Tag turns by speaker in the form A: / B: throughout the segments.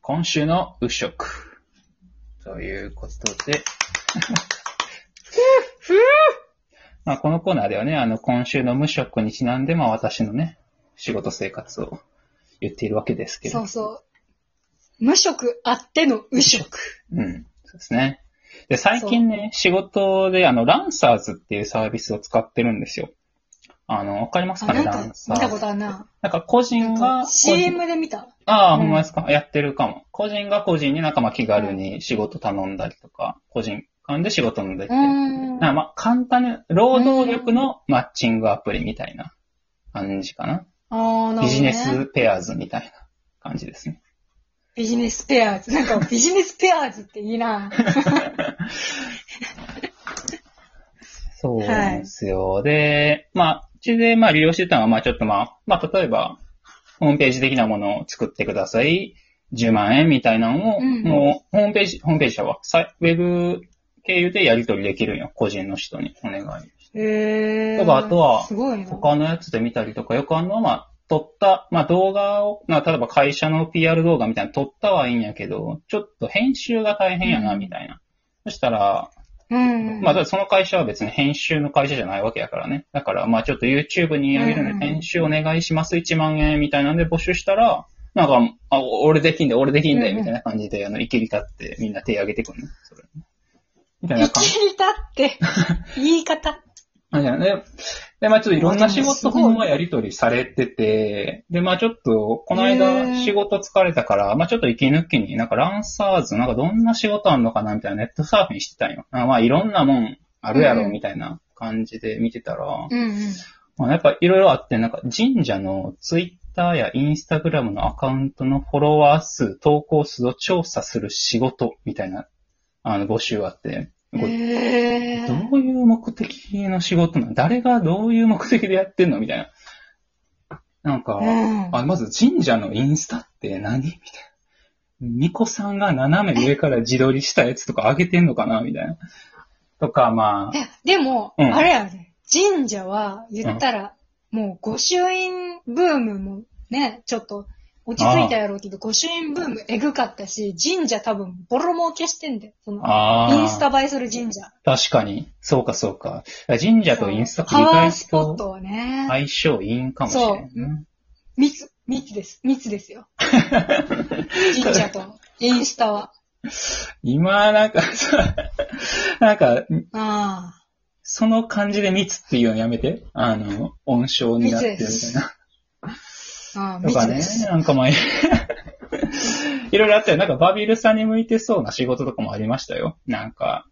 A: 今週の物色。ということで。まあ、このコーナーではね、あの、今週の無職にちなんで、まあ、私のね、仕事生活を言っているわけですけど。
B: そうそう。無職あっての右職。
A: うん。そうですね。で、最近ね、仕事で、あの、ランサーズっていうサービスを使ってるんですよ。あの、わかります
B: あ、
A: か
B: な
A: ね、
B: ん
A: ラン
B: か
A: サー
B: 見た
A: ズ
B: こ。とあるな。
A: なんか、個人
B: なん
A: が
B: か、CM で見た。
A: ああ、
B: うん
A: ほんまですか。やってるかも。個人が個人になんかまあ気軽に仕事頼んだりとか、個人間で仕事もでき
B: う
A: て。なん
B: ん。
A: かまあ簡単に、労働力のマッチングアプリみたいな感じかな。
B: あーなるほどね
A: ビジネスペアーズみたいな感じですね。
B: ビジネスペアーズ。なんかビジネスペアーズっていいな。
A: そうなんですよ。で、まあ、うちでまあ利用してたのは、まあちょっとまあ、まあ例えば、ホームページ的なものを作ってください。10万円みたいなのを、
B: うん
A: もう、ホームページ、ホームページ社は、サイウェブ経由でやり取りできるんよ。個人の人にお願い。
B: へえ。
A: とかあとは
B: すごいな。
A: 他のやつで見たりとか、よくあるのは、まあ、撮った、まあ動画を、まあ例えば会社の PR 動画みたいなの撮ったはいいんやけど、ちょっと編集が大変やな、みたいな。そしたら、
B: うん。
A: まあ、ただその会社は別に編集の会社じゃないわけやからね。だから、まあ、ちょっと YouTube に上げる
B: うんう
A: の
B: ん
A: で、編集お願いします、1万円みたいなんで募集したら、なんか、あ、お俺できんで、俺できん
B: うん
A: で、
B: うん
A: みたいな感じで、あの、いきり立ってみんな手挙げてくるね。それみたい
B: 生
A: な感じ。
B: きり立 って、言い方。
A: あじゃあねで、まあ、ちょっといろんな仕
B: あでもすご
A: 事
B: い
A: ほんまやりとりされてて、で、まあ、ちょっと、この
B: へ
A: 間
B: ー
A: 仕事疲れたから、まあ、ちょっと息抜きに、なんかランサーズ、なんかどんな仕事あんのかな、みたいなネットサーフィンしてたんよ。あまあ、いろんなもんあるや
B: う
A: ろ、
B: ん
A: みたいな感じで見てたら、
B: うんうん。
A: まあ、やっぱいろいろあって、なんか神社のツイッターやインスタグラムのアカウントのフォロワー数、投稿数を調査する仕事みたいな、あの、募集あって、これ
B: へえ。
A: どういう目的の仕事なの誰がどういう目的でやってんのみたいな。なんか、
B: うん
A: あ、まず神社のインスタって何みたいな。巫女さんが斜め上から自撮りしたやつとか上げてんのかなみたいな。とか、まあ、
B: え、でも、
A: うん
B: あれやね。神社は、言ったら、もう御朱印ブームもね、ちょっと落ち着いたやろうけど、御朱印ブームえぐかったし、神社多分ボロ儲けしてんだよ。その
A: あー
B: インスタ映えする神社。
A: 確かに。そうか、そうか。神社とインスタ繰
B: パ
A: り
B: ワー
A: 返
B: ス
A: す
B: ポッ
A: と
B: トはね、
A: 相性いいんかもしれんね。
B: 密、密です。密ですよ。神社とインスタは。
A: 今、なんかさ、なんか、
B: ああ。
A: その感じで密っていうのやめて。あの、音章になってるみた
B: 密
A: いな。
B: ああ、
A: とか
B: 密
A: ね
B: です。、
A: なんかまあ、い いろいろあったよ。なんかバビルさんに向いてそうな仕事とかもありましたよ。なんか、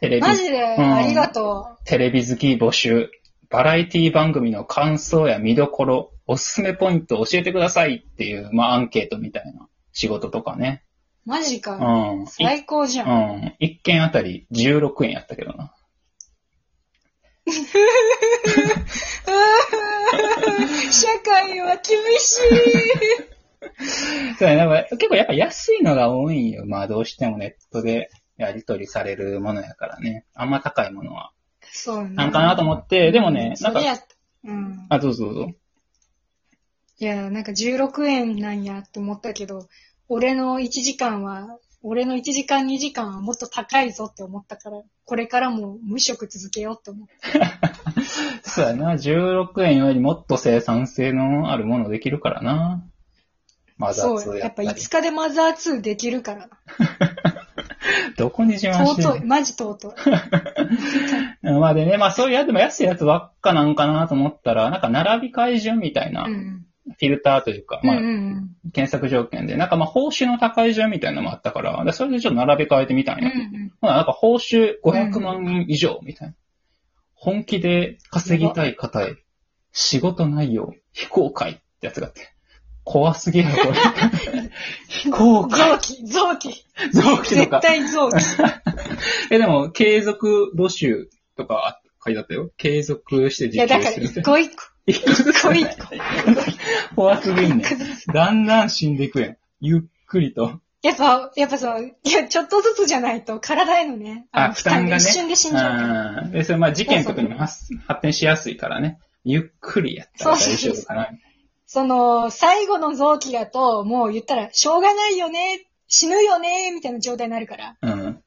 A: テレビ
B: マジで、
A: ん
B: ありがと
A: テレビ好き募集、バラエティ番組の感想や見どころ、おすすめポイントを教えてくださいっていう、まあアンケートみたいな仕事とかね。
B: う。マジ
A: う
B: か。
A: ん。い
B: 最高じゃ。
A: うんん。1件あたり16円やったけどな。
B: 社会は厳しい。
A: そうやなんか結構やっぱ安いのが多いんよ。まあどうしてもネットでやり取りされるものやからね。あんま高いものは。
B: そうね。
A: なんかなと思って、でもね、
B: そ
A: なんか
B: れ、や、うん。
A: あ、どうぞどうぞ。
B: いや、なんか16円なんやって思ったけど、俺の1時間は、俺の1時間2時間はもっと高いぞって思ったから、これからも無職続けようって思った。
A: そうやな、16円よりもっと生産性のあるものできるからな。マザー
B: そ
A: 2
B: う、
A: や
B: やっ
A: っ
B: ぱ
A: たり。
B: 5日でマザー2できるから。
A: どこに自慢してんの
B: 尊い、マジ 尊い。
A: うんまあでね、まあそういうやつも安いやつばっかなんかなと思ったら、なんか並び替え順みたいな
B: う
A: フ
B: ん。
A: ィルターというか、
B: うん
A: まあ
B: うん。
A: 検索条件で、なんかまあ報酬の高い順みたいなのもあったから、でそれでちょっと並び替えてみたん
B: うんう
A: や。
B: ん。
A: ほななんか報酬500万円以上みたいな。本気で稼ぎたい方へ、仕事内容、非公開ってやつがあって。怖すぎやろ、これ。 非公開
B: 臓器、臓器。
A: 臓器と
B: 絶
A: か。
B: 対臓器。
A: え、でも、継続募集とか書いてあったよ。継続して
B: いや、
A: 実
B: だ
A: 験
B: から
A: するみたいな
B: 一個一個、
A: 一個ず
B: 一
A: つ
B: 個一個。
A: 怖すぎんねん。だんだん死んでいくやん。ゆっくりと。
B: やっぱ、やっぱそう、いや、ちょっとずつじゃないと体へのね、あの
A: 負担がね。
B: 一瞬で死んじゃうから。
A: うんで、それまあ事件とかにも発発展しやすいからね。ゆっくりやったら大丈夫かな。
B: その、最後の臓器だと、もう言ったら、しょうがないよねっ死ぬよねーみたいな状態になるから。
A: うん。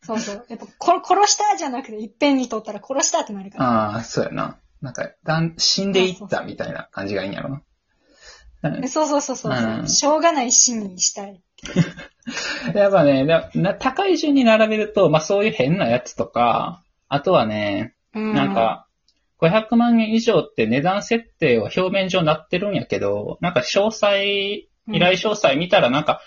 B: そうそう。やっぱ、こ殺したじゃなくて、いっぺんに取ったら殺したってなるから。
A: ああ、そうやな。なんか、だん死んでいったみたいな感じがいいんやろな。うん
B: そうそうそうそうそう、
A: うん
B: しょうがない死にしたい。
A: やっぱね、なな高い順に並べると、まあそういう変なやつとか、あとはね、
B: うん。
A: なん、か、500万円以上って値段設定は表面上なってるんやけど、なんか詳細、依頼詳細見たらなんか、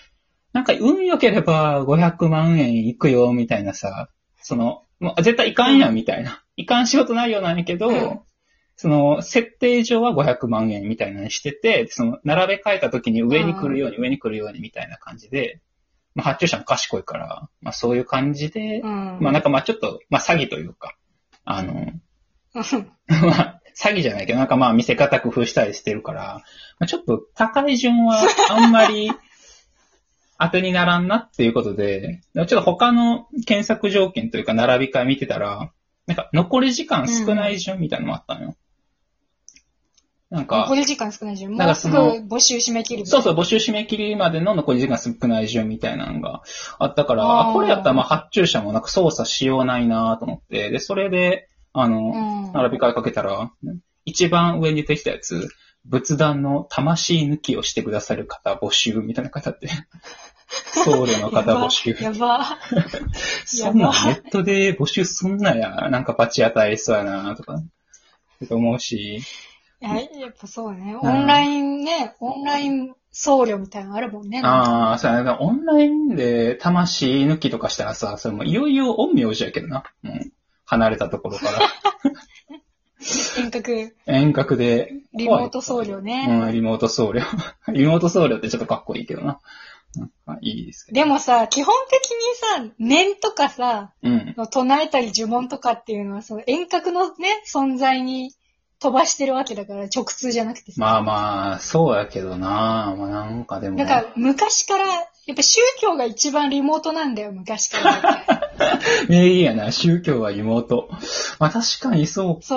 A: なんか運良ければ500万円いくよ、みたいなさ、その、もう絶対いかんやん、みたいな。いかん仕事ないようなんやけど、
B: うん
A: その、設定上は500万円みたいなのにしてて、その、並べ替えた時に上に来るように、上に来るようにみたいな感じで、まあ、発注者も賢いから、まあ、そういう感じで
B: う、ん。
A: まあ、なんかまあ、ちょっと、まあ、詐欺というか、あの、
B: うん
A: まあ、詐欺じゃないけど、なんかまあ見せ方工夫したりしてるから、まあ、ちょっと高い順はあんまり 当てにならんなっていうことで、ちょっと他の検索条件というか並び替え見てたら、なんか残り時間少ない順みたいなのもあったのよ。なんか
B: 残、り時間少ないじゃん。
A: なん
B: もう
A: かそ
B: すぐ
A: の
B: 募集締め切る。
A: そうそう、募集締め切りまでの残り時間少ない順みたいなのがあったから、
B: あー
A: あこれやったらまあ発注者もなんか操作しようないなと思って、で、それで、あの、
B: うん。
A: 並び替えかけたら、一番上に出てきたやつ、仏壇の魂抜きをしてくださる方募集みたいな方 って、僧侶の方募集。
B: やば。
A: そんなん
B: やば
A: ネットで募集すんなや、なんか罰当たりそうやなとか、とか思うし、
B: やばいや、やっぱそうね。オンラインね、オンライン僧侶みたいなのあるもんね。なんか
A: ああ、そうやな、オンラインで魂抜きとかしたらさ、それもいよいよ陰陽師やけどな、もう離れたところから、
B: 遠隔、
A: 遠隔で、
B: リモート僧侶
A: う
B: ね。
A: ん、リモート僧侶。リモート僧侶ってちょっとかっこいいけどな。なんかいいですけど。
B: でもさ、基本的にさ、念とかさ、
A: うん。
B: の唱えたり呪文とかっていうのは、その遠隔のね、存在に飛ばしてるわけだから、直通じゃなくてさ。
A: まあまあ、そうやけどな。まあなんかでも。
B: なんか、昔から、やっぱ宗教が一番リモートなんだよ、昔 から。
A: 名義やな。宗教は妹。まあ確かにそうか。
B: そ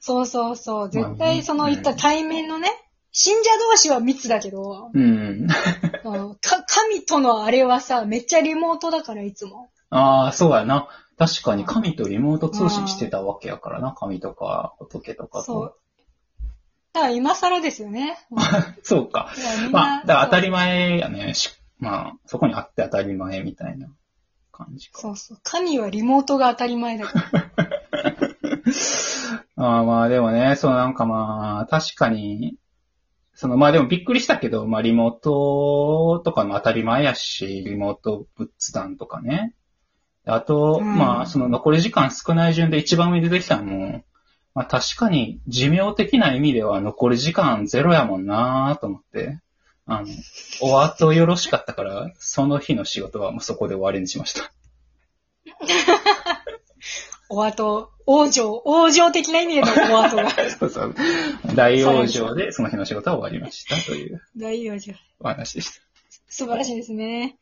B: そうそうそう。絶対、その、
A: うん
B: いった対面のね、信者同士は密だけど、
A: う。うん。
B: あのか神とのあれはさ、めっちゃリモートだから、いつも。
A: ああ、そうやな。確かに神とリモート通信してたわけやからな。神とか仏とかと。
B: そう。だから今更です よね。もう
A: そうか。
B: いやみんな
A: まあ、だから当た
B: そう
A: り前やね。しまあ、そこにあって当たり前みたいな感じか。
B: そうそう。神はリモートが当たり前だから。
A: ああまあでもね、そうなんかまあ、確かに、そのまあでもびっくりしたけど、まあリモートとかも当たり前やし、リモート仏壇とかね。あと、
B: うん
A: まあその残り時間少ない順で一番上に出てきたのも、まあ確かに寿命的な意味では残り時間ゼロやもんなと思って、あの、お後よろしかったから、その日の仕事はもうそこで終わりにしました。
B: お後、王女、王女的な意味でのお後が。
A: そうそう。大往生でその日の仕事は終わりましたという
B: 大王女。
A: お話でした。
B: 素晴らしいですね。